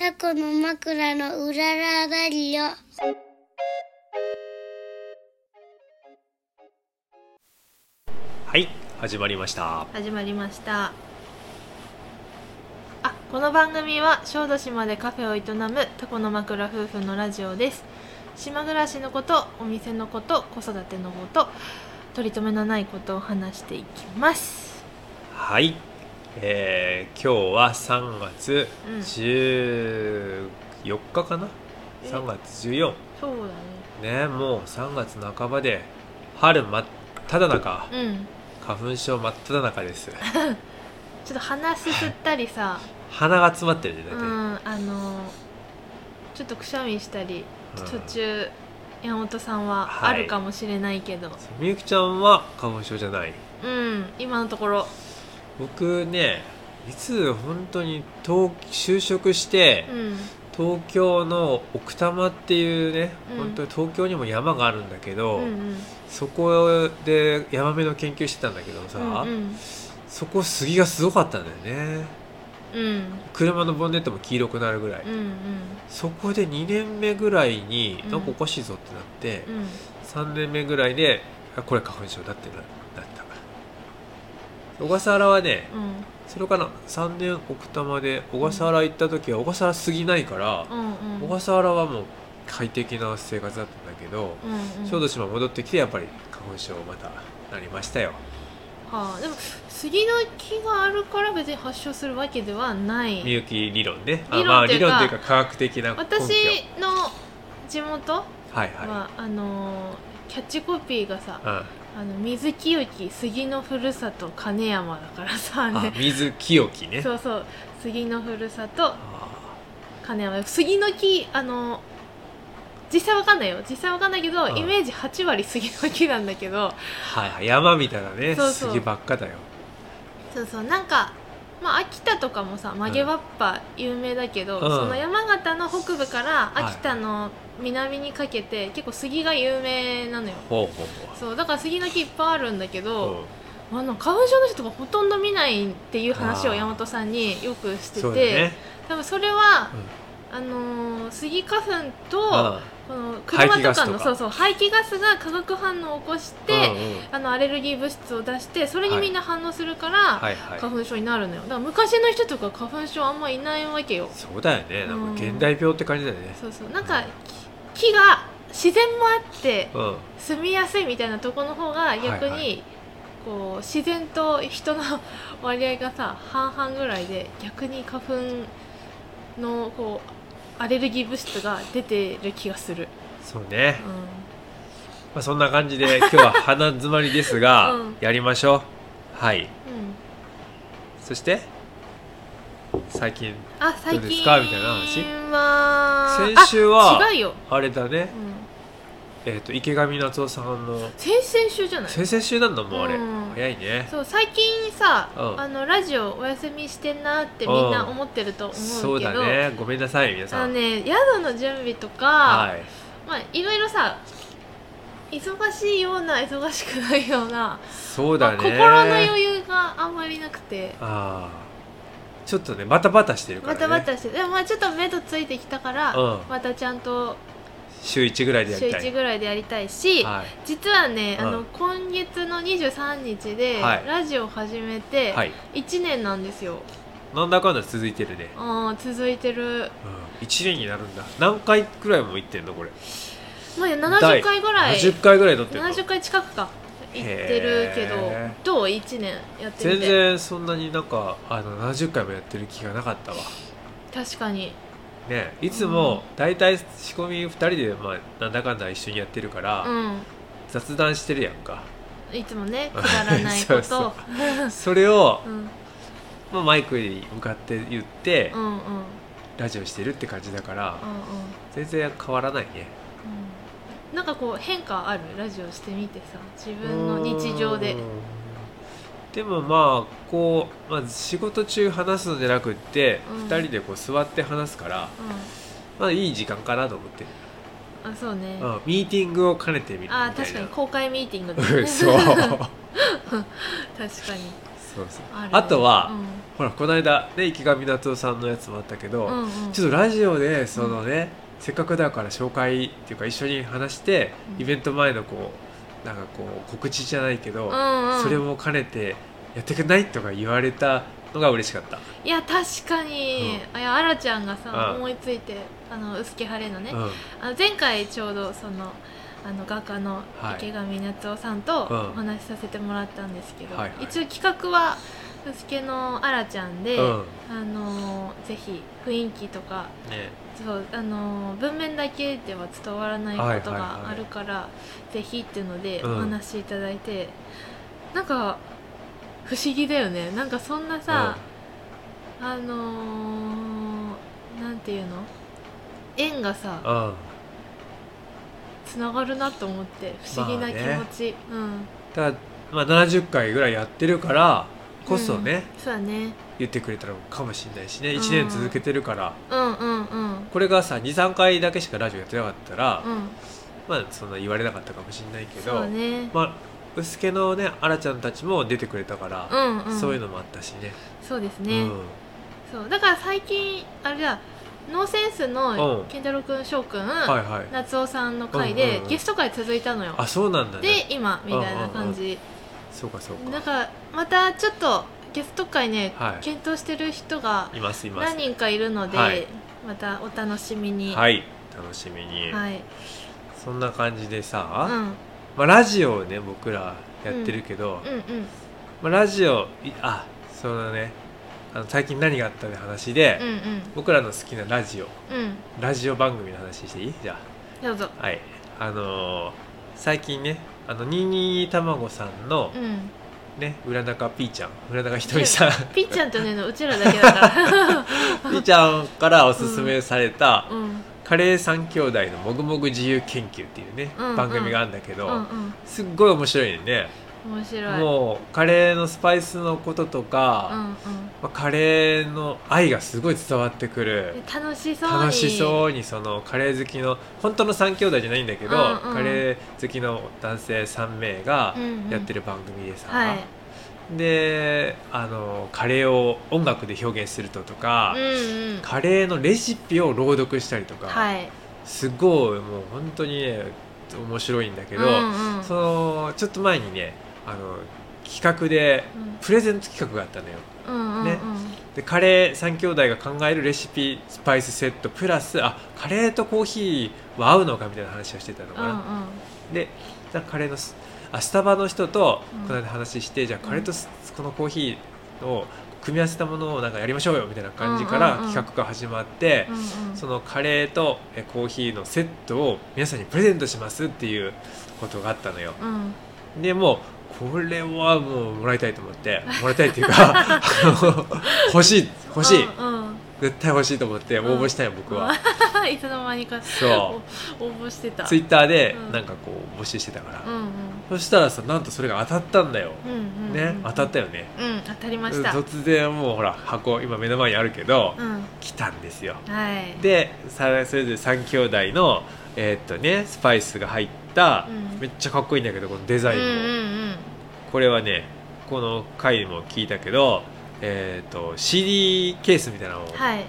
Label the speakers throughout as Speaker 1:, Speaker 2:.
Speaker 1: 過去の枕のうららだりよ。
Speaker 2: はい始まりました
Speaker 3: 始まりましたあこの番組は小豆島でカフェを営むタコの枕夫婦のラジオです島暮らしのことお店のこと子育てのこと取り留めのないことを話していきます
Speaker 2: はい、えー、今日は3月
Speaker 3: うん
Speaker 2: 14日かな、
Speaker 3: え
Speaker 2: 3月14
Speaker 3: そう
Speaker 2: ねもう3月半ばで春真っ只中
Speaker 3: だねうん
Speaker 2: 花粉症真っ只中です
Speaker 3: ちょっと鼻すすったりさ
Speaker 2: 鼻が詰まってるね
Speaker 3: う
Speaker 2: 大体
Speaker 3: んあのちょっとくしゃみしたり
Speaker 2: う
Speaker 3: 途
Speaker 2: ん
Speaker 3: 中山本さんは
Speaker 2: は
Speaker 3: あ
Speaker 2: い
Speaker 3: るかもしれないけど、
Speaker 2: そうみゆきちゃんは花粉症じゃない
Speaker 3: うん今のところ
Speaker 2: 僕ねいつ本当に東就職して、
Speaker 3: うん
Speaker 2: 東京の奥多摩っていうね、
Speaker 3: うん
Speaker 2: 本当に東京にも山があるんだけ
Speaker 3: う
Speaker 2: ど、
Speaker 3: んうん
Speaker 2: そこでヤマメの研究してたんだけどさ、
Speaker 3: うん
Speaker 2: そこ杉がすごかったんだよね
Speaker 3: うんうん
Speaker 2: 車のボンネットも黄色くなるぐらい、
Speaker 3: うん
Speaker 2: そこで2年目ぐらいに
Speaker 3: うん
Speaker 2: なんかおかしいぞってなって、
Speaker 3: うんうん
Speaker 2: 3年目ぐらいであこれ花粉症だってななった小笠原はね
Speaker 3: うん
Speaker 2: それから3年奥多摩で小笠原行った時は小笠原杉ないから、
Speaker 3: うん
Speaker 2: 小笠原はもう快適な生活だったんだけど、
Speaker 3: うんうん
Speaker 2: 小豆島戻ってきてやっぱり花粉症またなりましたよ
Speaker 3: はあでも杉の木があるから別に発症するわけではな
Speaker 2: み
Speaker 3: い
Speaker 2: ゆき理論ねあ
Speaker 3: 理論
Speaker 2: まあ
Speaker 3: ってい
Speaker 2: 理
Speaker 3: うか
Speaker 2: 論というか科学的な根拠
Speaker 3: 私の地元は、
Speaker 2: はいは
Speaker 3: あのーキャッチコピーがさ
Speaker 2: い、うん、
Speaker 3: 「あの水清き杉のふるさと金山」だからさ
Speaker 2: あ
Speaker 3: ね
Speaker 2: 水清きね
Speaker 3: そうそう杉のふるさと
Speaker 2: あ
Speaker 3: 金山杉の木あの実際わかんないよ実際わかんないけど、
Speaker 2: うん
Speaker 3: イメージ8割杉の木なんだけど
Speaker 2: ーはいはい山みたいなね
Speaker 3: そうそう
Speaker 2: 杉ばっかだよ
Speaker 3: そうそうなんか、まあ、秋田とかもさ曲げわっぱ有名だけど、
Speaker 2: うん
Speaker 3: その山形の北部から
Speaker 2: い
Speaker 3: 秋田の南にかけて、結構杉が有名なのよ
Speaker 2: ほうほう
Speaker 3: そうだから杉の木いっぱいあるんだけ
Speaker 2: ほう
Speaker 3: ど、あの花粉症の人がほとんど見ないっていう話
Speaker 2: あ
Speaker 3: を
Speaker 2: ー
Speaker 3: 山本さんによくして
Speaker 2: そう
Speaker 3: て、
Speaker 2: だね
Speaker 3: 多分それは、あのー杉花粉と、この
Speaker 2: 排
Speaker 3: 車
Speaker 2: 気
Speaker 3: と
Speaker 2: ガス
Speaker 3: か
Speaker 2: と
Speaker 3: の
Speaker 2: か
Speaker 3: そうそう排気ガスが化学反応を起こして、
Speaker 2: うんうんうん
Speaker 3: あのアレルギー物質を出してそれにみんな反応するから、
Speaker 2: はいはい
Speaker 3: 花粉症になるのよだから昔の人とか花粉症あんまいないわけよ
Speaker 2: そうだよねなんか
Speaker 3: うん
Speaker 2: 現代病って感じだよね
Speaker 3: そうそうなんかき木が自然もあって
Speaker 2: うん
Speaker 3: 住みやすいみたいなとこの方が逆に、
Speaker 2: はいはい
Speaker 3: こう自然と人の割合がさ半々ぐらいで逆に花粉のこうアレルギー物質が出てる気がする、
Speaker 2: そうね
Speaker 3: う、ん、
Speaker 2: まあ、そんな感じ で今日は鼻詰まりですが、
Speaker 3: うん
Speaker 2: やりましょうはい
Speaker 3: うん、
Speaker 2: そして最近
Speaker 3: あ最
Speaker 2: どうで
Speaker 3: 近
Speaker 2: すかみたいな話
Speaker 3: は
Speaker 2: 先週は
Speaker 3: あ違うよ、
Speaker 2: あれだね
Speaker 3: う、ん、
Speaker 2: えっと池上夏夫さんの
Speaker 3: 先々週じゃない
Speaker 2: 先々週なんだもうあれ、
Speaker 3: うん
Speaker 2: 早いね
Speaker 3: そう最近さ、
Speaker 2: うん
Speaker 3: あのラジオお休みしてんなってみんな思ってると思
Speaker 2: そうう
Speaker 3: けど、
Speaker 2: だねごめんなさい皆
Speaker 3: あ
Speaker 2: さ
Speaker 3: の
Speaker 2: ん、
Speaker 3: ね宿の準備とか、
Speaker 2: はい
Speaker 3: まあいろいろさ忙しいような忙しくないような
Speaker 2: そうだね、
Speaker 3: まあ心の余裕があんまりなくて
Speaker 2: あーちょっとねバタバタしてるから
Speaker 3: バ
Speaker 2: ね
Speaker 3: タバタしてでもまあちょっと目とついてきたから、
Speaker 2: うん
Speaker 3: またちゃんと
Speaker 2: 週1ぐらいでや
Speaker 3: 週
Speaker 2: りたい
Speaker 3: 1ぐらいでやりたいし、
Speaker 2: はい
Speaker 3: 実はね、
Speaker 2: うん
Speaker 3: あの今月の23日で
Speaker 2: はい
Speaker 3: ラジオ始めて
Speaker 2: はい
Speaker 3: 1年なんですよ、
Speaker 2: なんだかんだ続いてるね、
Speaker 3: うん続いてる
Speaker 2: うん、1年になるんだ何回くらいも行ってんのこれ
Speaker 3: まあ、70回ぐらい
Speaker 2: 70回ぐらい乗ってるの
Speaker 3: 70回近くか行ってるけど
Speaker 2: へ
Speaker 3: どう1年やって
Speaker 2: 全
Speaker 3: みて
Speaker 2: 然そんなになんかあの70回もやってる気がなかったわ
Speaker 3: 確かに
Speaker 2: ねいつも大体仕込み2人で、まあ、なんだかんだ一緒にやってるから、
Speaker 3: う
Speaker 2: 雑談してるやんか
Speaker 3: んいつも ねくだらないこ
Speaker 2: そ
Speaker 3: と
Speaker 2: うそうそれを、
Speaker 3: うん
Speaker 2: まあ、マイクに向かって言って、
Speaker 3: うんうんうんうん
Speaker 2: ラジオしてるって感じだから、全然変わらないね
Speaker 3: うんなんかこう変化あるラジオしてみてさ自分の日常で
Speaker 2: うーんでもまあこう、まあ、仕事中話すんじゃなくって、
Speaker 3: うん
Speaker 2: 2人でこう座って話すから、まあ、いい時間かなと思って、
Speaker 3: うんあそうね
Speaker 2: うん、ミーティングを兼ねてみるみたいな
Speaker 3: あ確かに公開ミーティングだ
Speaker 2: う
Speaker 3: ね
Speaker 2: んそう
Speaker 3: 確かに
Speaker 2: そそうそう
Speaker 3: ある
Speaker 2: あとは、
Speaker 3: うん
Speaker 2: ほらこの間ね池上夏夫さんのやつもあったけど、
Speaker 3: うんうん
Speaker 2: ちょっとラジオでそのね、せっかくだから紹介っていうか一緒に話して、
Speaker 3: うん
Speaker 2: イベント前のこうなんかこう告知じゃないけど、
Speaker 3: うんうん
Speaker 2: それも兼ねてやってくんないとか言われたのが嬉しかった、
Speaker 3: いや確かに、あいやあらちゃんがさ、
Speaker 2: うん
Speaker 3: 思いついてあの薄毛晴れのね、
Speaker 2: うんうん
Speaker 3: あの前回ちょうどそのあの画家の
Speaker 2: はい
Speaker 3: 池上夏夫さんと
Speaker 2: うん
Speaker 3: お話しさせてもらったんですけど、
Speaker 2: はいはい
Speaker 3: 一応企画は薄毛のあらちゃんで、あのぜひ雰囲気とか
Speaker 2: ね
Speaker 3: そうあの文面だけでは伝わらないこと
Speaker 2: はいはい
Speaker 3: が
Speaker 2: はい
Speaker 3: あるから、ぜひっていうので
Speaker 2: うん
Speaker 3: お話しいただいて、なんか不思議だよねなんかそんなさ、あのー、なんていうの縁がさ
Speaker 2: うんうん
Speaker 3: つながるなと思って不思議な気持ち、
Speaker 2: ただまあ70回ぐらいやってるからこそね、
Speaker 3: うんそうだね
Speaker 2: 言ってくれたのかもしれないしね
Speaker 3: うん
Speaker 2: 1年続けてるから、
Speaker 3: うんうんうん
Speaker 2: これがさ23回だけしかラジオやってなかったら、
Speaker 3: うん
Speaker 2: まあそんな言われなかったかもしれないけ
Speaker 3: そ
Speaker 2: ど、
Speaker 3: うね、
Speaker 2: まあ薄毛のねあらちゃんたちも出てくれたから、
Speaker 3: うんうん
Speaker 2: そういうのもあったしね
Speaker 3: そうですね、
Speaker 2: うん、
Speaker 3: そうだから最近あれだノーセンス
Speaker 2: う
Speaker 3: の
Speaker 2: ん
Speaker 3: 健太郎くん翔くん、
Speaker 2: はいはい
Speaker 3: 夏夫さんの回
Speaker 2: うん
Speaker 3: で、
Speaker 2: うんうん
Speaker 3: ゲスト回続いたのよ
Speaker 2: あそうなんだね
Speaker 3: で今みたいな感じ、
Speaker 2: そうかそう
Speaker 3: な
Speaker 2: か
Speaker 3: んかまたちょっとゲスト回ね、
Speaker 2: はい
Speaker 3: 検討してる人が
Speaker 2: いますいます
Speaker 3: 何人かいるので、
Speaker 2: はい
Speaker 3: またお楽しみに
Speaker 2: はい楽しみに、
Speaker 3: はい
Speaker 2: そんな感じで
Speaker 3: う
Speaker 2: さ、
Speaker 3: ん、うん
Speaker 2: まあ、ラジオをね僕らやってるけど、
Speaker 3: うん
Speaker 2: まあ、ラジオいあそのねあの最近何があったって話で、
Speaker 3: うんうん
Speaker 2: 僕らの好きなラジオ
Speaker 3: うん
Speaker 2: ラジオ番組の話していいじゃ
Speaker 3: どうぞ
Speaker 2: あはいあのー最近ねあのニーニーたまごさんの
Speaker 3: うん
Speaker 2: ね浦中ピーちゃん浦中ひとみさん
Speaker 3: ピーちゃんとねのうちらだけだから
Speaker 2: ピーちゃんからおすすめされた、
Speaker 3: うんうん
Speaker 2: カレー三兄弟のもぐもぐ自由研究っていうね、
Speaker 3: うんうん
Speaker 2: 番組があるんだけど、
Speaker 3: うん
Speaker 2: すっごい面白いね、
Speaker 3: 面白い
Speaker 2: もうカレーのスパイスのこととか、
Speaker 3: うんうん
Speaker 2: まあ、カレーの愛がすごい伝わってくる
Speaker 3: で楽しそうに
Speaker 2: 楽し
Speaker 3: う
Speaker 2: そうにそのカレー好きの本当の3兄弟じゃないんだけど、
Speaker 3: うんうん
Speaker 2: カレー好きの男性3名が
Speaker 3: うんうん
Speaker 2: やってる番組でさ、
Speaker 3: はい
Speaker 2: であのカレーを音楽で表現するととか、
Speaker 3: うんうん
Speaker 2: カレーのレシピを朗読したりとか、
Speaker 3: はい
Speaker 2: すごいもう本当にね面白いんだけど、
Speaker 3: うんうん
Speaker 2: そのちょっと前にねあの企画で
Speaker 3: うん
Speaker 2: プレゼント企画があったのよ。
Speaker 3: うんうんうん
Speaker 2: ねでカレー3兄弟が考えるレシピスパイスセットプラスあカレーとコーヒーは合うのかみたいな話をしてたの
Speaker 3: う
Speaker 2: か
Speaker 3: ん
Speaker 2: な、
Speaker 3: うん
Speaker 2: でなんかカレーのスあスタバの人と
Speaker 3: うん
Speaker 2: この間話して、じゃあカレーとスこのコーヒーを組み合わせたものをなんかやりましょうよみたいな感じから
Speaker 3: うんうんうん
Speaker 2: 企画が始まって、
Speaker 3: うんうん
Speaker 2: そのカレーとえコーヒーのセットを皆さんにプレゼントしますっていうことがあったのよ
Speaker 3: うん
Speaker 2: でもうこれはもうもらいたいと思ってもらいたいっていう かあの欲しい欲しい、
Speaker 3: うんうん
Speaker 2: 絶対欲しいと思って応募したよ、僕は、
Speaker 3: いつの間にか
Speaker 2: そ
Speaker 3: お応募してた
Speaker 2: うツイッターで
Speaker 3: うん
Speaker 2: なんかこう募集してたから、
Speaker 3: うんうん
Speaker 2: そしたらさなんとそれが当たったんだよ、
Speaker 3: うんうんうん
Speaker 2: ね当たったよね
Speaker 3: うん当たりましたうん
Speaker 2: 突然もうほら箱今目の前にあるけど、来たんですよ
Speaker 3: はい
Speaker 2: でさそれぞれ3兄弟のえーっとねスパイスが入った、
Speaker 3: うん
Speaker 2: めっちゃかっこいいんだけどこのデ
Speaker 3: う
Speaker 2: ザ
Speaker 3: ん
Speaker 2: イン
Speaker 3: う
Speaker 2: も、
Speaker 3: ん
Speaker 2: これはねこの回も聞いたけどえーっと CD ケースみたいなのを
Speaker 3: うんはい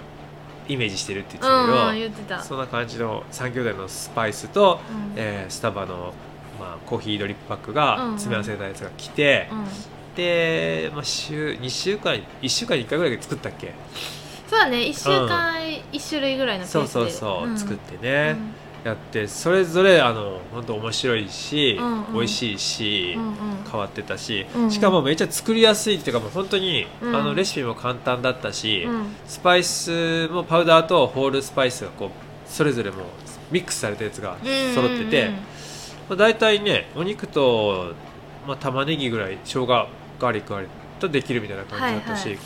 Speaker 2: イメージしてるって言って
Speaker 3: う
Speaker 2: たけど、
Speaker 3: んうん言ってた
Speaker 2: そんな感じの3兄弟のスパイスと、
Speaker 3: うん
Speaker 2: えースタバの、まあ、コーヒードリップパックが
Speaker 3: うんうん
Speaker 2: 詰め合わせたやつが来て、
Speaker 3: うん
Speaker 2: で、まあ、週2週間1週間に1回ぐらい作ったっけ
Speaker 3: そうだね一週間一種類ぐらいのペ
Speaker 2: そ
Speaker 3: ー
Speaker 2: う
Speaker 3: スで
Speaker 2: そうそう、
Speaker 3: ん
Speaker 2: 作ってね、やってそれぞれあの本当面白いし、
Speaker 3: うんうん
Speaker 2: 美味しいし、
Speaker 3: うんうんうん
Speaker 2: 変わってたし、
Speaker 3: うん
Speaker 2: しかもめっちゃ作りやすいっていうかもう本当に、
Speaker 3: うん
Speaker 2: あのレシピも簡単だったし、
Speaker 3: うん
Speaker 2: スパイスもパウダーとホールスパイスがこうそれぞれもうミックスされたやつが揃ってて、
Speaker 3: うんうん
Speaker 2: まあ、大体ねお肉と、まあ、玉ねぎぐらい生姜ガーリックあれとできるみたいな感じだったし、
Speaker 3: はいは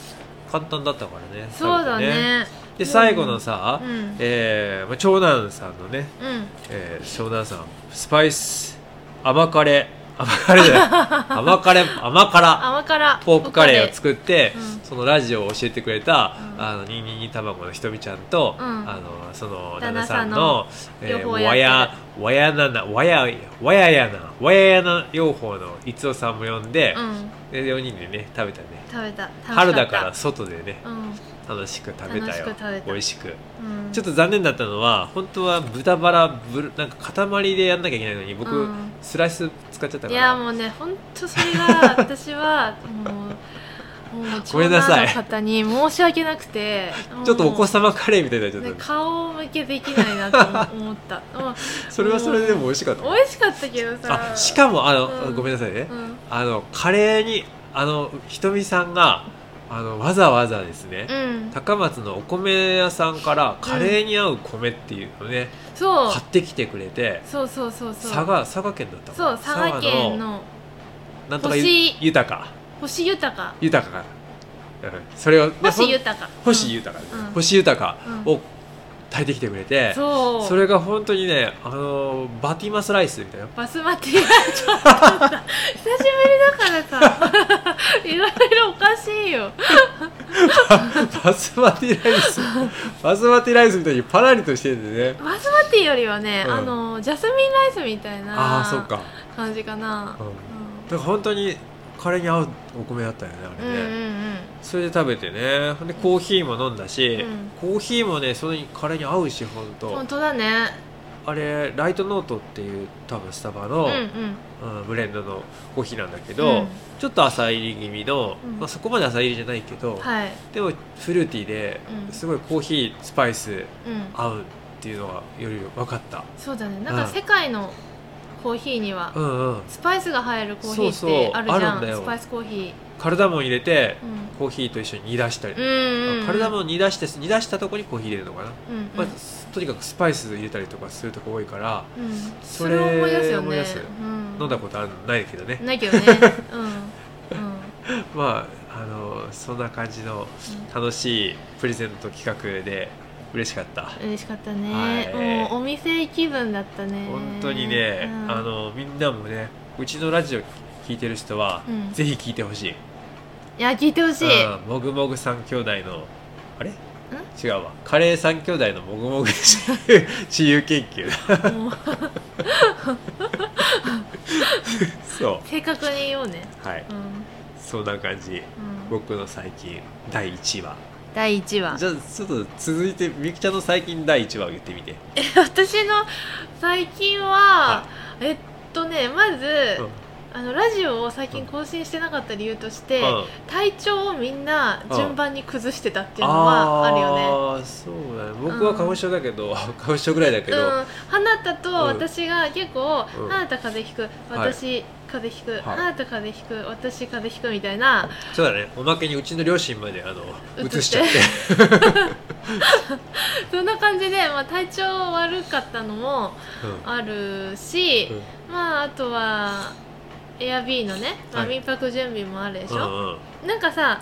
Speaker 2: 簡単だったからね
Speaker 3: そうだ
Speaker 2: 食べて
Speaker 3: ね
Speaker 2: で最後のさ、
Speaker 3: うん
Speaker 2: えーまあ、長男さんのね、
Speaker 3: うん
Speaker 2: えー長男さんスパイス甘カレー甘カレーじゃ ない甘カレー甘辛
Speaker 3: 甘辛
Speaker 2: ポークカレーを作って、
Speaker 3: うん
Speaker 2: そのラジオを教えてくれた、
Speaker 3: うん
Speaker 2: あのニンニンニン卵のひとみちゃんと、
Speaker 3: うん
Speaker 2: あのその旦
Speaker 3: 旦那
Speaker 2: 那
Speaker 3: さ
Speaker 2: さ
Speaker 3: ん
Speaker 2: ん
Speaker 3: の
Speaker 2: のえー
Speaker 3: 両方
Speaker 2: わ
Speaker 3: やって
Speaker 2: や
Speaker 3: る
Speaker 2: わやななわやわややなわややな養蜂のいつおさんも呼んで
Speaker 3: う、ん
Speaker 2: で4人でね食べたね
Speaker 3: 食べた楽しかった
Speaker 2: 春だから外でね
Speaker 3: うん、
Speaker 2: 楽しく食べたよ
Speaker 3: 楽しく食べた
Speaker 2: 美味しく
Speaker 3: うん、
Speaker 2: ちょっと残念だったのは本当は豚バラぶるなんか塊でやんなきゃいけないのに僕、
Speaker 3: うん
Speaker 2: スライス使っちゃったから
Speaker 3: いやもうね本当それ が私はもうもう
Speaker 2: ごめんなさい
Speaker 3: 長男の方に申し訳なくて
Speaker 2: ちょっとお子
Speaker 3: さ
Speaker 2: 様カレーみたいになっちゃったね
Speaker 3: 顔向けできないなと思った もう
Speaker 2: それはそれでも美味しかった
Speaker 3: 美味しかったけどさ
Speaker 2: あしかもあの、
Speaker 3: うん
Speaker 2: ごめんなさいね、
Speaker 3: うん
Speaker 2: あのカレーにあのひとみさんがあのわざわざですね、
Speaker 3: うん
Speaker 2: 高松のお米屋さんからカレーに合う米っていうのをね、
Speaker 3: そう
Speaker 2: 買ってきてくれて
Speaker 3: そうそうそうそう
Speaker 2: 佐賀佐賀県だった
Speaker 3: そう佐賀県の
Speaker 2: なんとか
Speaker 3: 星
Speaker 2: 豊か
Speaker 3: 星豊か
Speaker 2: 豊かが、うんそれをでほ
Speaker 3: 星
Speaker 2: ん
Speaker 3: 豊か
Speaker 2: 星
Speaker 3: うん
Speaker 2: 豊か、
Speaker 3: うん
Speaker 2: 星豊か
Speaker 3: う
Speaker 2: を炊いてきてくれて、
Speaker 3: そう
Speaker 2: それが本当にねあのバティマスライスみたいな
Speaker 3: バスマティがちょっとさ久しぶりだからさ いろいろおかしいよ
Speaker 2: バスマティライスバスマティライスみたいにパラリとしてるんでね
Speaker 3: バスマティよりはね、
Speaker 2: うん
Speaker 3: あのジャスミンライスみたい
Speaker 2: ああーそ
Speaker 3: な
Speaker 2: っか
Speaker 3: 感じかな、
Speaker 2: うん
Speaker 3: う
Speaker 2: だから本当にカレーに合うお米だったよねあ
Speaker 3: ん、うん
Speaker 2: れ
Speaker 3: うん
Speaker 2: ね、
Speaker 3: うん
Speaker 2: それで食べてねほんでコーヒーも飲んだし、
Speaker 3: うん
Speaker 2: コーヒーもねそれにカレーに合うし本当
Speaker 3: 本当だね
Speaker 2: あれライトノートっていう多分スタバ
Speaker 3: う
Speaker 2: の、
Speaker 3: んうん
Speaker 2: うんブレンドのコーヒーなんだけ
Speaker 3: う
Speaker 2: ど、
Speaker 3: ん
Speaker 2: ちょっと浅入り気味の、
Speaker 3: うん
Speaker 2: まあ、そこまで浅入りじゃないけど、
Speaker 3: はい
Speaker 2: でもフルーティーで
Speaker 3: うん
Speaker 2: すごいコーヒースパイス
Speaker 3: うん
Speaker 2: 合うっていうのがより分かった
Speaker 3: そうだねなんか
Speaker 2: うん
Speaker 3: 世界のコーヒーには
Speaker 2: うんうん
Speaker 3: スパイスが入るコーヒーっ
Speaker 2: そうそう
Speaker 3: てあるじ
Speaker 2: あ
Speaker 3: ゃ
Speaker 2: る
Speaker 3: ん
Speaker 2: んだよ
Speaker 3: スパイスコーヒ
Speaker 2: カルダモン入れて
Speaker 3: ーうん
Speaker 2: コーヒーと一緒に煮出したり、
Speaker 3: うんうん
Speaker 2: カルダ
Speaker 3: うん
Speaker 2: モン煮出して煮出したとこにコーヒー入れるのかな、
Speaker 3: うんうん
Speaker 2: まあ、すとにかくスパイス入れたりとかするとこ多いから
Speaker 3: うんそ
Speaker 2: そ
Speaker 3: れ
Speaker 2: れ
Speaker 3: を
Speaker 2: を
Speaker 3: 思
Speaker 2: 思
Speaker 3: い
Speaker 2: い
Speaker 3: 出
Speaker 2: 出
Speaker 3: す
Speaker 2: す
Speaker 3: よ
Speaker 2: よ
Speaker 3: ね
Speaker 2: ね
Speaker 3: うん
Speaker 2: 飲んだことあるないけどね、
Speaker 3: ないけ どねうんうん
Speaker 2: まああのそんな感じの楽しいプレゼント企画で嬉しかった
Speaker 3: 嬉しかったね、
Speaker 2: はい
Speaker 3: もうお店気分だったね
Speaker 2: 本当にね、
Speaker 3: うん
Speaker 2: あのみんなもねうちのラジオ聞いてる人は、
Speaker 3: うん
Speaker 2: ぜひ聞いてほしい
Speaker 3: いや聞いてほしい、
Speaker 2: うんもぐもぐ三兄弟のあれ違うわカレー三兄弟のもぐもぐ 自由研究だ
Speaker 3: もう
Speaker 2: そ
Speaker 3: 正確に言おうね
Speaker 2: うはい
Speaker 3: うん、
Speaker 2: そんな感じ
Speaker 3: うん、
Speaker 2: 僕の最近第1話
Speaker 3: 第1話
Speaker 2: じゃあちょっと続いてみきちゃんの最近第1話を言ってみて
Speaker 3: 私の最近は、えっとねまず、
Speaker 2: うん
Speaker 3: あのラジオを最近更新してなかった理由として、
Speaker 2: うん
Speaker 3: 体調をみんな順番に崩してたっていうのはあるよね、
Speaker 2: ああーそうだね僕は花粉症だけど、花粉症ぐらいだけど、
Speaker 3: うん、花田と
Speaker 2: うん
Speaker 3: 私が結構、
Speaker 2: うん
Speaker 3: 花田風邪ひく私、風邪ひく、
Speaker 2: はい
Speaker 3: 花田風邪ひく私風邪ひくみたいな
Speaker 2: そうだねおまけにうちの両親まであの
Speaker 3: 移って
Speaker 2: 移しちゃって
Speaker 3: そんな感じで、まあ、体調悪かったのも あるし、
Speaker 2: うんうん
Speaker 3: まああとはエアビーのね、まあ、
Speaker 2: はい
Speaker 3: 民泊準備もあるでし
Speaker 2: う
Speaker 3: ょ、
Speaker 2: んうん
Speaker 3: なんかさ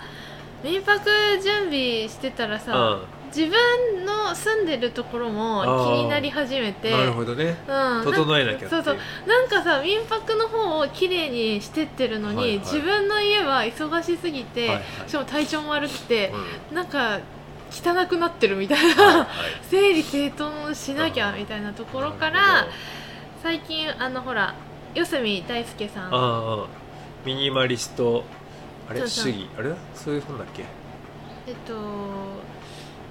Speaker 3: 民泊準備してたらさ、
Speaker 2: う
Speaker 3: 自分の住んでるところも気になり始めて
Speaker 2: ん、なるほどね
Speaker 3: うん、
Speaker 2: 整えなきゃってい
Speaker 3: そうそうなんかさ民泊の方を綺麗にしてってるのに、
Speaker 2: はいはい
Speaker 3: 自分の家は忙しすぎて、
Speaker 2: はいはい
Speaker 3: しかも体調も悪くて
Speaker 2: う、ん
Speaker 3: なんか汚くなってるみたい
Speaker 2: はい
Speaker 3: な、
Speaker 2: はい
Speaker 3: 整理整頓しなきゃみたいなところから
Speaker 2: なる
Speaker 3: 最近あのほら四隅大輔さ
Speaker 2: ほ
Speaker 3: ん
Speaker 2: どああミニマリストあれ
Speaker 3: そうそう
Speaker 2: 主義あれそういう本だっけ
Speaker 3: えっと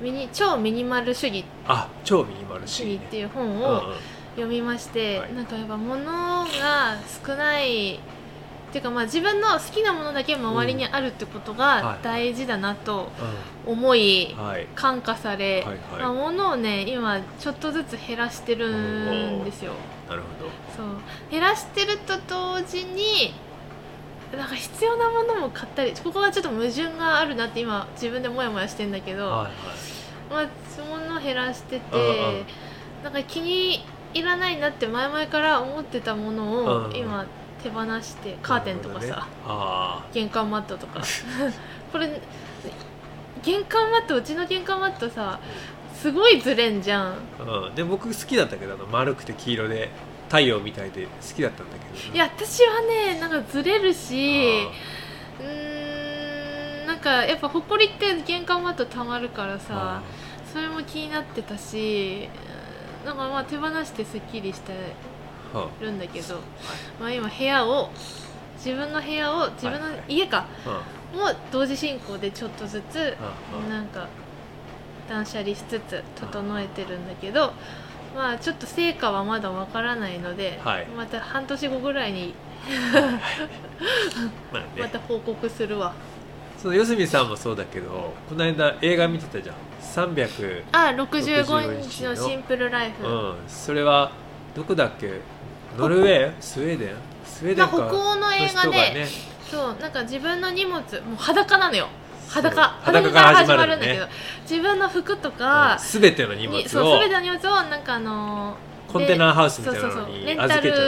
Speaker 3: ミニ超ミニマル主義
Speaker 2: あ超ミニマル主
Speaker 3: 主義
Speaker 2: 義
Speaker 3: っ
Speaker 2: ね
Speaker 3: ていう本
Speaker 2: うんうん
Speaker 3: を読みまして、
Speaker 2: はい
Speaker 3: なんかやっぱ物が少ないっていうかまあ自分の好きなものだけ周りにあるってこと
Speaker 2: うんは
Speaker 3: が
Speaker 2: い
Speaker 3: 大事だなと思い
Speaker 2: うんはい
Speaker 3: 感化され、
Speaker 2: はいはい
Speaker 3: まあ、物をね今ちょっとずつ減らしてるんですよ
Speaker 2: なるほ
Speaker 3: そう減らしてると同時になんか必要なものも買ったりここはちょっと矛盾があるなって今自分でモヤモヤしてんだけど、
Speaker 2: どはいはい
Speaker 3: まあ、物を減らしてて、
Speaker 2: うんうん
Speaker 3: なんか気に入らないなって前々から思ってたもの
Speaker 2: うん
Speaker 3: を
Speaker 2: うん
Speaker 3: 今手放してカーテンとかさ、
Speaker 2: なるほどねあ
Speaker 3: 玄関マットとか これ玄関マットうちの玄関マットさすごいずれんじゃん
Speaker 2: あうんで僕好きだったけどあの丸くて黄色で太陽みたいで好きだったんだけどない
Speaker 3: や私はねなんかずれる
Speaker 2: あ
Speaker 3: し
Speaker 2: ー
Speaker 3: うーんなんかやっぱほこりって玄関マットたまるからさ
Speaker 2: あ
Speaker 3: それも気になってたしうんなんかまあ手放してすっきりして
Speaker 2: ーは
Speaker 3: るんだけど、まあ、今部屋を自分の部屋を自分の
Speaker 2: はいはい
Speaker 3: 家か、
Speaker 2: あは
Speaker 3: も同時進行でちょっとずつ
Speaker 2: あはあ
Speaker 3: なんか断捨離しつつ整えてるんだけどまあちょっと成果はまだわからないので、
Speaker 2: はい
Speaker 3: また半年後ぐらいに
Speaker 2: まあ
Speaker 3: ま
Speaker 2: ね
Speaker 3: た報告するわ、
Speaker 2: その四隅さんもそうだけどこの間映画見てたじゃん300
Speaker 3: あ65日のシンプルライフ、
Speaker 2: うんそれはどこだっけノルウェースウェーデンスウェーデ
Speaker 3: ま
Speaker 2: ン
Speaker 3: あ、
Speaker 2: か
Speaker 3: 北欧の映画
Speaker 2: の人
Speaker 3: で、
Speaker 2: がね
Speaker 3: そうなんか自分の荷物もう裸なのよ裸
Speaker 2: そう裸から始まるのね
Speaker 3: 裸から自分の服とか、
Speaker 2: すべての荷物
Speaker 3: にそう
Speaker 2: を
Speaker 3: 全ての荷物をなんかあの
Speaker 2: コンテナハウスみ
Speaker 3: そ
Speaker 2: たい
Speaker 3: うそ
Speaker 2: な
Speaker 3: うそ
Speaker 2: の
Speaker 3: う
Speaker 2: に
Speaker 3: レンタ
Speaker 2: 預けちゃって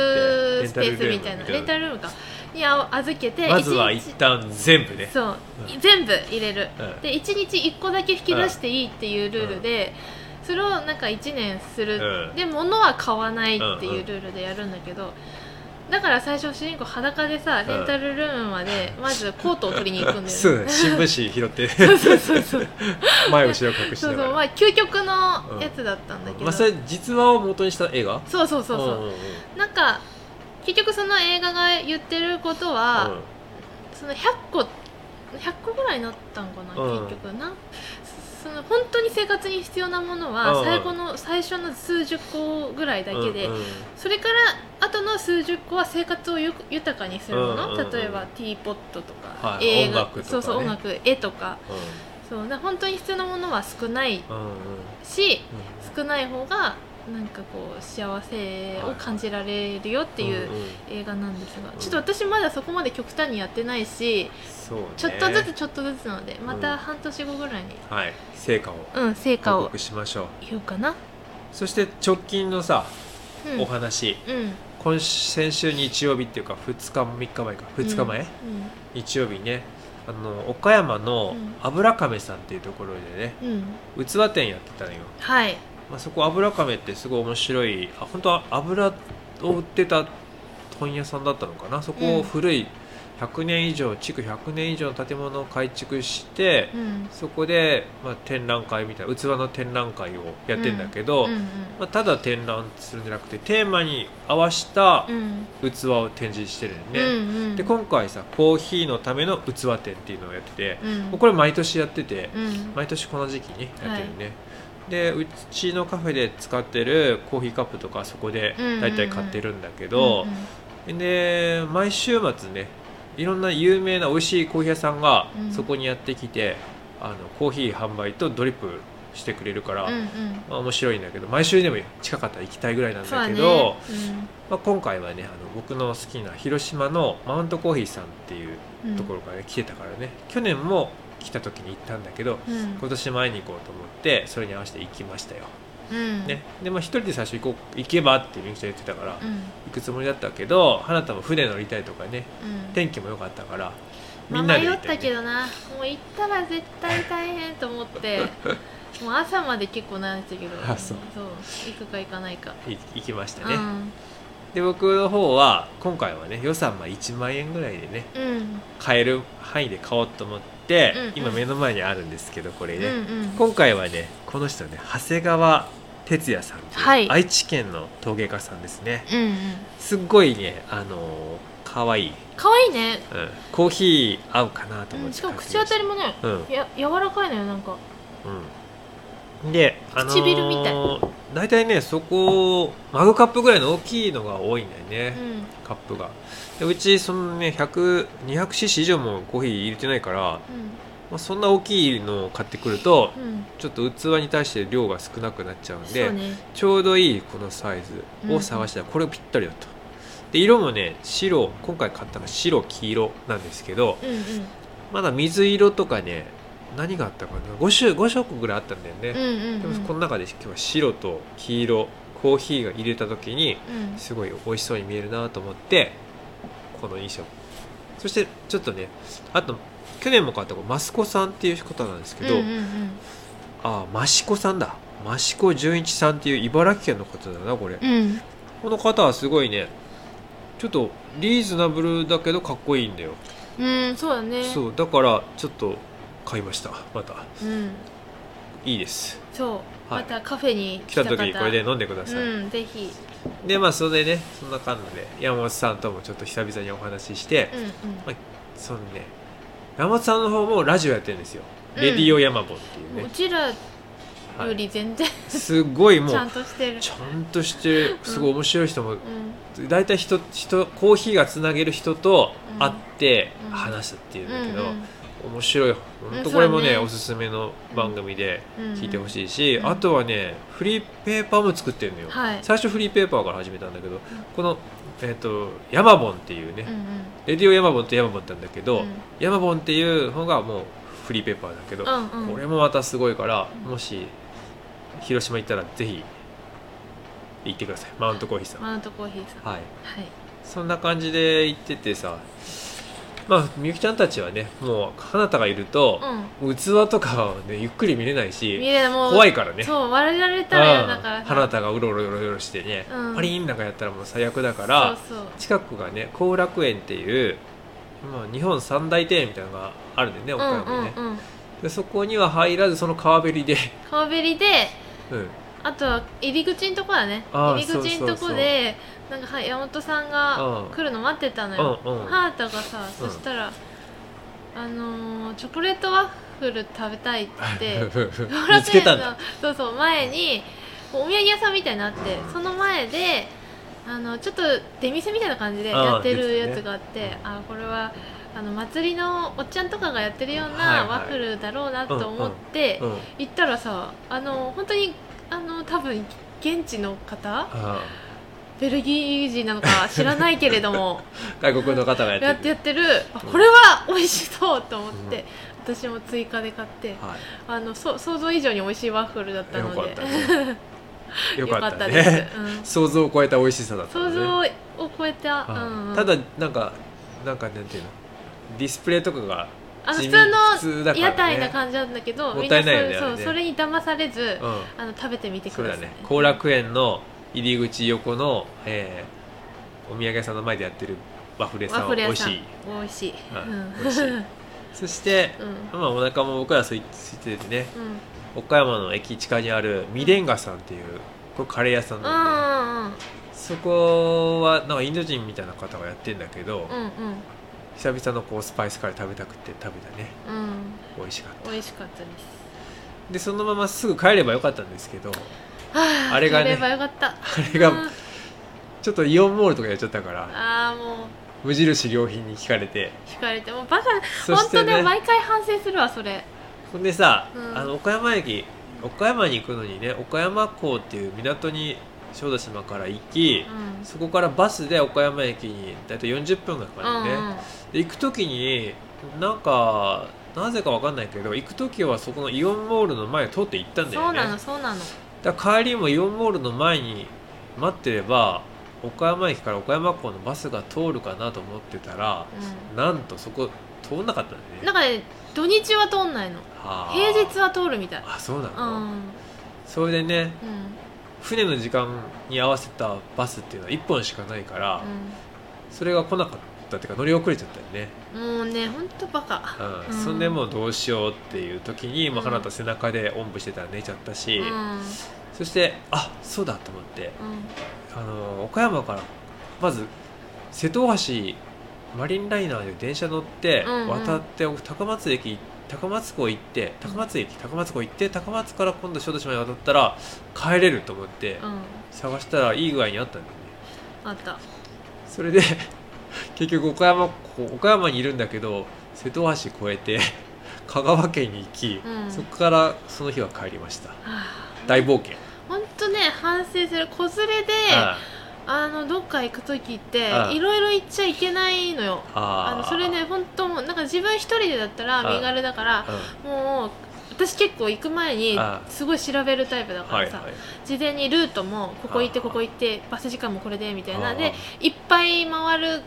Speaker 3: ルスペースみたいなレンタ
Speaker 2: ル
Speaker 3: ルルームかにあ預けて
Speaker 2: まずは
Speaker 3: 一
Speaker 2: 一
Speaker 3: 日
Speaker 2: 旦全部ね
Speaker 3: そう、
Speaker 2: う
Speaker 3: 全部入れる、
Speaker 2: うん
Speaker 3: で1日1個だけ引き出していいっていうルールで、それをなんか1年する、
Speaker 2: うん
Speaker 3: で物は買わないって
Speaker 2: ん
Speaker 3: いううんうルールでやるんだけど、だから最初主人公裸でさ
Speaker 2: ん
Speaker 3: レンタルルームまでまずコートを取りに行 くんだ
Speaker 2: そ
Speaker 3: よ
Speaker 2: う
Speaker 3: ね
Speaker 2: だね新聞紙拾って
Speaker 3: そうそうそう
Speaker 2: 前後ろ隠し
Speaker 3: そう
Speaker 2: な
Speaker 3: そうま
Speaker 2: が
Speaker 3: あ究極のやつだったんだけど、
Speaker 2: らまあそれ実話を元にした映画
Speaker 3: そうそうそうそう、
Speaker 2: んんん
Speaker 3: なんか結局その映画が言ってることは、その100個100個ぐらいになったんかな、
Speaker 2: うん
Speaker 3: 結局なその本当に生活に必要なもの
Speaker 2: うんう
Speaker 3: は
Speaker 2: ん
Speaker 3: 最後の最初の数十個ぐらいだけで、
Speaker 2: うんうん
Speaker 3: それから後の数十個は生活をゆ豊かにするも
Speaker 2: う
Speaker 3: の、
Speaker 2: んうんうん
Speaker 3: 例えばティーポットとか、
Speaker 2: はい
Speaker 3: 映
Speaker 2: 音
Speaker 3: 画
Speaker 2: 楽とかね
Speaker 3: そうそう音楽絵とかそうな本当に必要なものは少ない
Speaker 2: うんうんうん
Speaker 3: し
Speaker 2: うん
Speaker 3: 少ない方がなんかこう幸せを感じられるよっていう。
Speaker 2: んん
Speaker 3: 映画なんですが
Speaker 2: うん
Speaker 3: ちょっと私まだそこまで極端にやってないし
Speaker 2: そうね
Speaker 3: ちょっとずつちょっとずつなのでま
Speaker 2: うん
Speaker 3: た半年後ぐらいに
Speaker 2: はい成果を
Speaker 3: うん成果
Speaker 2: 報
Speaker 3: を
Speaker 2: 告しましょう
Speaker 3: 言おうかな
Speaker 2: そして直近のさ
Speaker 3: うん
Speaker 2: お話
Speaker 3: うん
Speaker 2: 今週先週日曜日っていうか2日3日前か2日前、
Speaker 3: うん
Speaker 2: 日曜日ねあの岡山の
Speaker 3: うん
Speaker 2: 油亀さんっていうところでね
Speaker 3: うん、うん
Speaker 2: 器店やってたのよ、
Speaker 3: はい
Speaker 2: まあ、そこ油亀ってすごい面白いあ本当は油を売ってた問屋さんだったのかなそこ
Speaker 3: う
Speaker 2: を
Speaker 3: ん
Speaker 2: 古い100年以上築100年以上の建物を改築して、
Speaker 3: うん
Speaker 2: そこで、まあ、展覧会みたいな器の展覧会をやってんだけど、
Speaker 3: うんうん
Speaker 2: まあ、ただ展覧するんじゃなくてテーマに合わした
Speaker 3: うん
Speaker 2: 器を展示してるん
Speaker 3: う
Speaker 2: ね、
Speaker 3: んうん
Speaker 2: で今回さコーヒーのための器店っていうのをやってて、
Speaker 3: うん
Speaker 2: もうこれ毎年やってて、
Speaker 3: うん
Speaker 2: 毎年この時期にやってるね、でうちのカフェで使ってるコーヒーカップとかそこで
Speaker 3: うんうんうん
Speaker 2: 大体買ってるんだけど、で毎週末ねいろんな有名な美味しいコーヒー屋さんが
Speaker 3: うん
Speaker 2: そこにやってきて、あのコーヒー販売とドリップしてくれるから、
Speaker 3: うんうん
Speaker 2: まあ、面白いんだけど毎週でも近かったら行きたいぐらいなん
Speaker 3: そう
Speaker 2: だ
Speaker 3: だ
Speaker 2: け
Speaker 3: ね
Speaker 2: ど、まあ、今回はねあの僕の好きな広島のマウントコーヒーさんっていう
Speaker 3: うん
Speaker 2: ところから、ね来てたからね去年も来た時に行ったんだけど
Speaker 3: うんうん
Speaker 2: 今年前に行こうと思ってそれに合わせて行きましたよ、
Speaker 3: うん
Speaker 2: ね、でまあ一人で最初行こう行けばってみゆきちゃん言ってたから
Speaker 3: うんうん
Speaker 2: 行くつもりだったけど花たも船乗りたいとかね天気も良かったからみ
Speaker 3: まあ
Speaker 2: んなで
Speaker 3: 迷
Speaker 2: 行
Speaker 3: っ
Speaker 2: ったよ
Speaker 3: たけ
Speaker 2: ね
Speaker 3: どなもう行ったら絶対大変と思って もう朝まで結構悩んでたけど
Speaker 2: あそう
Speaker 3: 行くか行かないか、
Speaker 2: い行きました
Speaker 3: う
Speaker 2: ね、
Speaker 3: ん
Speaker 2: で僕の方は今回はね予算まあ1万円ぐらいでね
Speaker 3: うん
Speaker 2: 買える範囲で買おうと思って、
Speaker 3: うんうん
Speaker 2: 今目の前にあるんですけどこれ
Speaker 3: うんう
Speaker 2: ね、
Speaker 3: ん
Speaker 2: 今回はねこの人ね長谷川哲也さんという、
Speaker 3: はい
Speaker 2: 愛知県の陶芸家さんですね
Speaker 3: うんうん
Speaker 2: すっごいねあのー可愛い、うん、
Speaker 3: 可愛いね、
Speaker 2: コーヒー合うかなと
Speaker 3: う
Speaker 2: 思っ
Speaker 3: ん、
Speaker 2: て
Speaker 3: しかも口当たりもね
Speaker 2: うんうん
Speaker 3: や柔らかいのよなんか
Speaker 2: で、
Speaker 3: 唇みたい
Speaker 2: い大体ねそこマグカップぐらいの大きいのが多いんだよ
Speaker 3: う
Speaker 2: ね、
Speaker 3: ん
Speaker 2: カップがでうちそのね 100200cc 以上もコーヒー入れてないから、まあ、そんな大きいのを買ってくると
Speaker 3: うんうん
Speaker 2: ちょっと器に対して量が少なくなっちゃうん
Speaker 3: そ
Speaker 2: で
Speaker 3: うね
Speaker 2: ちょうどいいこのサイズを探したらこれぴったりだと。で色もね白今回買ったのが白黄色なんですけど
Speaker 3: うんうん
Speaker 2: まだ水色とかね何があったかな5種5色ぐらいあったんだよ
Speaker 3: う
Speaker 2: ね、
Speaker 3: んうん
Speaker 2: でもこの中で今日は白と黄色コーヒーが入れた時に
Speaker 3: うん
Speaker 2: すごい美味しそうに見えるなと思ってこの印象そしてちょっとねあと去年も買ったこマスコさんっていう方なんですけど、
Speaker 3: うんうん
Speaker 2: ああ益子さんだ益子純一さんっていう茨城県の方だなこれ
Speaker 3: うんうん
Speaker 2: この方はすごいねちょっとリーズナブルだけどかっこいいんだよ、
Speaker 3: うんそうだねう、
Speaker 2: そうだからちょっと買いましたまた
Speaker 3: ん、
Speaker 2: いいです
Speaker 3: そう
Speaker 2: は
Speaker 3: ま
Speaker 2: い
Speaker 3: たカフェに
Speaker 2: 来
Speaker 3: 来
Speaker 2: た
Speaker 3: た
Speaker 2: 時これで
Speaker 3: で
Speaker 2: 飲んでください、
Speaker 3: うんぜひ
Speaker 2: でまあそれでねそんな感じで山本さんともちょっと久々にお話しして、
Speaker 3: うんうん
Speaker 2: そのね山本さんの方もラジオやってるんですよ「
Speaker 3: うん
Speaker 2: レディオヤマボン」っていうね、
Speaker 3: うちらよ
Speaker 2: はい
Speaker 3: り全然、
Speaker 2: すごいもう
Speaker 3: ちゃんとしてる
Speaker 2: ちゃんとしてすごい面白い人も
Speaker 3: うん
Speaker 2: 大体人人コーヒーがつなげる人と会って
Speaker 3: うん
Speaker 2: 話すっていうん
Speaker 3: う
Speaker 2: だけど、
Speaker 3: ん
Speaker 2: 面白い本
Speaker 3: う
Speaker 2: 当
Speaker 3: ん
Speaker 2: これもね,、
Speaker 3: そうね
Speaker 2: おすすめの番組で
Speaker 3: うん
Speaker 2: 聞いてほしいし、
Speaker 3: うん
Speaker 2: あとはねフリーペーパーも作ってるのよ、
Speaker 3: はい
Speaker 2: 最初フリーペーパーから始めたんだけど、この、えっとヤマボンっていうね、
Speaker 3: うんうん
Speaker 2: レディオヤマボンってヤマボンってなんだけど、
Speaker 3: うん
Speaker 2: ヤマボンっていう方がもうフリーペーパーだけど、
Speaker 3: うんうん
Speaker 2: これもまたすごいから、
Speaker 3: うん
Speaker 2: もし広島行ったらぜひ行ってくださいマウントコーヒーさん、
Speaker 3: マウントコーヒーさ
Speaker 2: は
Speaker 3: ん
Speaker 2: い
Speaker 3: はい
Speaker 2: そんな感じで行っててさまあみゆきちゃんたちはねもう花たがいると、
Speaker 3: う
Speaker 2: 器とかはねゆっくり見れない
Speaker 3: ん
Speaker 2: し
Speaker 3: 見れないもう
Speaker 2: 怖いからね
Speaker 3: そう割られたら嫌だか
Speaker 2: うん
Speaker 3: ら
Speaker 2: 花たがうろうろうろうろしてね、
Speaker 3: うん
Speaker 2: パリーンなんかやったらもう最悪だから
Speaker 3: そうそう
Speaker 2: 近くがね後楽園っていう、まあ、日本三大庭園みたいなのがあるんだよね岡山にね、
Speaker 3: うんうんうん
Speaker 2: でそこには入らずその川べりで、
Speaker 3: 川べりで
Speaker 2: うん、
Speaker 3: あとは入り口のとこだね
Speaker 2: ああ
Speaker 3: 入り口のとこでなんかはい山本さんが
Speaker 2: うん
Speaker 3: 来るの待ってたのよ、
Speaker 2: うんうん
Speaker 3: ハートがさ、そしたらあのーチョコレートワッフル食べたいっ て
Speaker 2: 見つけたんだ
Speaker 3: そうそう前にお土産屋さんみたいになってその前であのちょっと出店みたいな感じでやってるやつがあって
Speaker 2: うん出てた
Speaker 3: あこれはあの祭りのおっちゃんとかがやってるよう
Speaker 2: はいは
Speaker 3: ないワッフルだろうなと思って
Speaker 2: うん
Speaker 3: 行ったらさあの本当にあの多分現地の方
Speaker 2: あ
Speaker 3: ベルギー人なの か知らないけれども
Speaker 2: ー外国の方がやって
Speaker 3: や
Speaker 2: る
Speaker 3: ってやってるあこれは美味しそうと思って、私も追加で買って
Speaker 2: はい
Speaker 3: あのそ想像以上に美味しいワッフルだったので
Speaker 2: よかったねよかった
Speaker 3: よ
Speaker 2: ね
Speaker 3: です、うん
Speaker 2: 想像を超えた美味しさだった
Speaker 3: 想
Speaker 2: のね
Speaker 3: 像を超えた、
Speaker 2: は
Speaker 3: う
Speaker 2: い
Speaker 3: ん、
Speaker 2: ただなんかなんかなんていうのディスプレイとかが
Speaker 3: あの
Speaker 2: 地
Speaker 3: 普
Speaker 2: 味
Speaker 3: 通
Speaker 2: 普通だ
Speaker 3: の
Speaker 2: からね
Speaker 3: 屋台な感じなんだけど、
Speaker 2: もったいないよね
Speaker 3: みん
Speaker 2: あれ
Speaker 3: なそ
Speaker 2: ね
Speaker 3: うそうそれに騙されず、
Speaker 2: うん
Speaker 3: あの食べてみて
Speaker 2: そ
Speaker 3: く
Speaker 2: う
Speaker 3: だ
Speaker 2: だ
Speaker 3: さい
Speaker 2: ね後楽園の入り口横の、えーお土産屋さんの前でやってるワッフル屋
Speaker 3: ワ
Speaker 2: さ
Speaker 3: ッ
Speaker 2: ん
Speaker 3: フ
Speaker 2: は
Speaker 3: ル
Speaker 2: 美
Speaker 3: 屋
Speaker 2: 味
Speaker 3: さん
Speaker 2: しい
Speaker 3: 美味しい、
Speaker 2: はい
Speaker 3: うん
Speaker 2: 美味しい
Speaker 3: うん
Speaker 2: そして、
Speaker 3: うん
Speaker 2: まあお腹も僕ら空いててね岡山の駅近にあるミレンガさんっていうこれカレー屋さん
Speaker 3: う
Speaker 2: なんで、
Speaker 3: ん
Speaker 2: そこはなんかインド人みたいな方がやってんだけど、
Speaker 3: うんうんうん
Speaker 2: 久々のこうスパイスカレー食べたくて食べたね
Speaker 3: うん
Speaker 2: 美味しかった
Speaker 3: うん美味しかったです
Speaker 2: でそのまますぐ帰ればよかったんですけど
Speaker 3: は
Speaker 2: あれがね
Speaker 3: 帰ればよかったあ
Speaker 2: あれがちょっとイオンモールとかやっちゃったから
Speaker 3: あーもう
Speaker 2: 無印良品に聞かれて
Speaker 3: 惹かれてもうバカ、
Speaker 2: そ
Speaker 3: 本
Speaker 2: して
Speaker 3: 当
Speaker 2: ね
Speaker 3: ね毎回反省するわそれ
Speaker 2: ほんでさ、
Speaker 3: うん
Speaker 2: あの岡山駅岡山に行くのにね岡山港っていう港に小豆島から行き
Speaker 3: う、ん
Speaker 2: そこからバスで岡山駅に大体40分がかかるね、
Speaker 3: うんうん
Speaker 2: で行く時になんかなぜかわかんないけど行く時はそこのイオンモールの前を通って行ったんだ
Speaker 3: そ
Speaker 2: よ
Speaker 3: う
Speaker 2: ね
Speaker 3: なのそうなの
Speaker 2: だから帰りもイオンモールの前に待ってれば岡山駅から岡山港のバスが通るかなと思ってたら
Speaker 3: う
Speaker 2: なんとそこ通んなかったんだよ
Speaker 3: ん
Speaker 2: ね
Speaker 3: なんかね土日は通んないの
Speaker 2: はあ
Speaker 3: 平日は通るみたい
Speaker 2: あそうな
Speaker 3: う
Speaker 2: の、
Speaker 3: ん
Speaker 2: それでね
Speaker 3: うん
Speaker 2: 船の時間に合わせたバスっていうのは1本しかないから、それが来なかったっていうか乗り遅れちゃったよね
Speaker 3: うんもうね本当バカ
Speaker 2: うん
Speaker 3: うん
Speaker 2: そんでもうどうしようっていう時に、まあ、
Speaker 3: うん
Speaker 2: 花田背中でおんぶしてたら寝ちゃったし、
Speaker 3: うんうん
Speaker 2: そしてあそうだと思ってあの岡山からまず瀬戸大橋マリンライナーで電車乗って
Speaker 3: うんうん
Speaker 2: 渡って高松駅高松港行って高松駅高松港行って高松から今度小豆島に渡ったら帰れると思って
Speaker 3: うん
Speaker 2: 探したらいい具合にあったんだよね
Speaker 3: あった
Speaker 2: それで 結局岡山こ岡山にいるんだけど瀬戸大橋越えて 香川県に行き、
Speaker 3: うん
Speaker 2: そこからその日は帰りました
Speaker 3: だい
Speaker 2: 大冒険、
Speaker 3: 本当ね反省する子連れで
Speaker 2: あ
Speaker 3: あのどっか行く時って
Speaker 2: うん
Speaker 3: いろいろ行っちゃいけないのよ
Speaker 2: あ
Speaker 3: あのそれね本当もうなんか自分一人でだったら
Speaker 2: うん
Speaker 3: 身軽だから
Speaker 2: う
Speaker 3: もう私結構行く前に
Speaker 2: うん
Speaker 3: すごい調べるタイプだ
Speaker 2: ん
Speaker 3: か
Speaker 2: はい
Speaker 3: ら
Speaker 2: は
Speaker 3: さ
Speaker 2: い
Speaker 3: 事前にルートもここ行って
Speaker 2: うん
Speaker 3: ここ行ってバス時間もこれでみたいな
Speaker 2: うん
Speaker 3: でいっぱい回る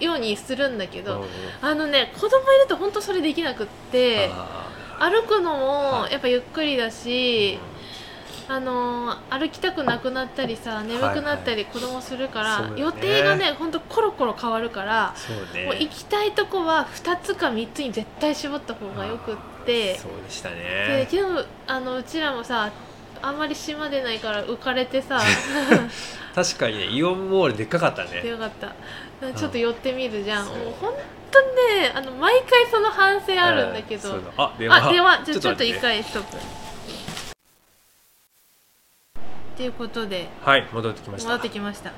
Speaker 3: ようにするんだけ
Speaker 2: うん
Speaker 3: ど
Speaker 2: うん
Speaker 3: あのね子供いると本当それできなくって
Speaker 2: あ
Speaker 3: 歩くの
Speaker 2: は
Speaker 3: も
Speaker 2: い
Speaker 3: やっぱゆっくりだ
Speaker 2: ー
Speaker 3: しあのー歩きたくなくなったりさ眠くなったり子供するから、
Speaker 2: そうだね
Speaker 3: 予定がねほんとコロコロ変わるから、
Speaker 2: そう
Speaker 3: もう行
Speaker 2: ね
Speaker 3: きたいとこは2つか3つに絶対絞った方がよくって
Speaker 2: そうでした
Speaker 3: で
Speaker 2: ね
Speaker 3: でもあのうちらもさあんまり島でないから浮かれてさ
Speaker 2: 確かにねイオンモールでっかかったね
Speaker 3: よかったちょっと寄ってみるじゃん
Speaker 2: そう
Speaker 3: もう本当にねあの毎回その反省あるんだけど、
Speaker 2: うそうだあ電話
Speaker 3: あ電話ちょ
Speaker 2: ちょっ
Speaker 3: ち
Speaker 2: と
Speaker 3: ょっ
Speaker 2: 待
Speaker 3: と
Speaker 2: って
Speaker 3: 一回ストップっていうことで
Speaker 2: はい戻ってきました
Speaker 3: 戻ってきました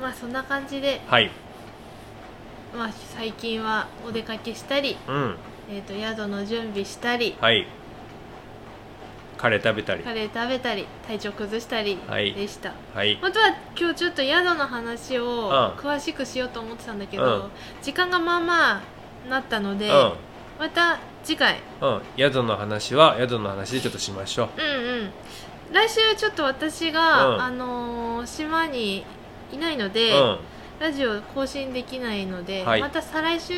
Speaker 3: まあそんな感じで、
Speaker 2: はい
Speaker 3: まあ、最近はお出かけしたり、
Speaker 2: うん
Speaker 3: えー、と宿の準備したり
Speaker 2: はいカレー食べたり
Speaker 3: カレー食べたり体調崩したり
Speaker 2: はい
Speaker 3: でした、
Speaker 2: はい
Speaker 3: 本当は今日ちょっと宿の話を
Speaker 2: うん
Speaker 3: 詳しくしようと思ってたんだけど、
Speaker 2: うん
Speaker 3: 時間がまあまあなったので、
Speaker 2: うん
Speaker 3: また次回
Speaker 2: うん、宿の話は宿の話でちょっとしましょう
Speaker 3: うんうん来週ちょっと私が、
Speaker 2: うん
Speaker 3: あのー島にいないので、
Speaker 2: うん
Speaker 3: ラジオ更新できないので、
Speaker 2: はい
Speaker 3: また再来週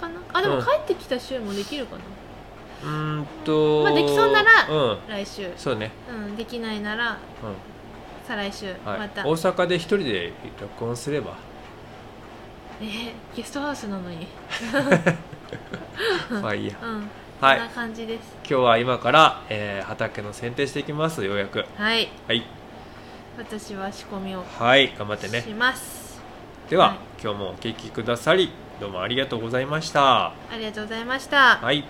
Speaker 3: かなあで
Speaker 2: う
Speaker 3: も
Speaker 2: ん
Speaker 3: 帰ってきた週もできるかな、
Speaker 2: うーんと
Speaker 3: まあできそうなら
Speaker 2: うん
Speaker 3: 来週
Speaker 2: そうね、
Speaker 3: うんできないなら
Speaker 2: う
Speaker 3: 再来週、
Speaker 2: んはい
Speaker 3: また
Speaker 2: 大阪で一人で録音すれ ば、
Speaker 3: えーゲストハウスなのにうん
Speaker 2: まあいいや
Speaker 3: うん
Speaker 2: はい
Speaker 3: こんな感じです
Speaker 2: 今日は今から、えー畑の剪定していきますようやく
Speaker 3: はい
Speaker 2: はい
Speaker 3: 私は仕込みを
Speaker 2: はい頑張ってね
Speaker 3: します、
Speaker 2: では、
Speaker 3: はい
Speaker 2: 今日もお聞きくださりどうもありがとうございました
Speaker 3: ありがとうございました
Speaker 2: はい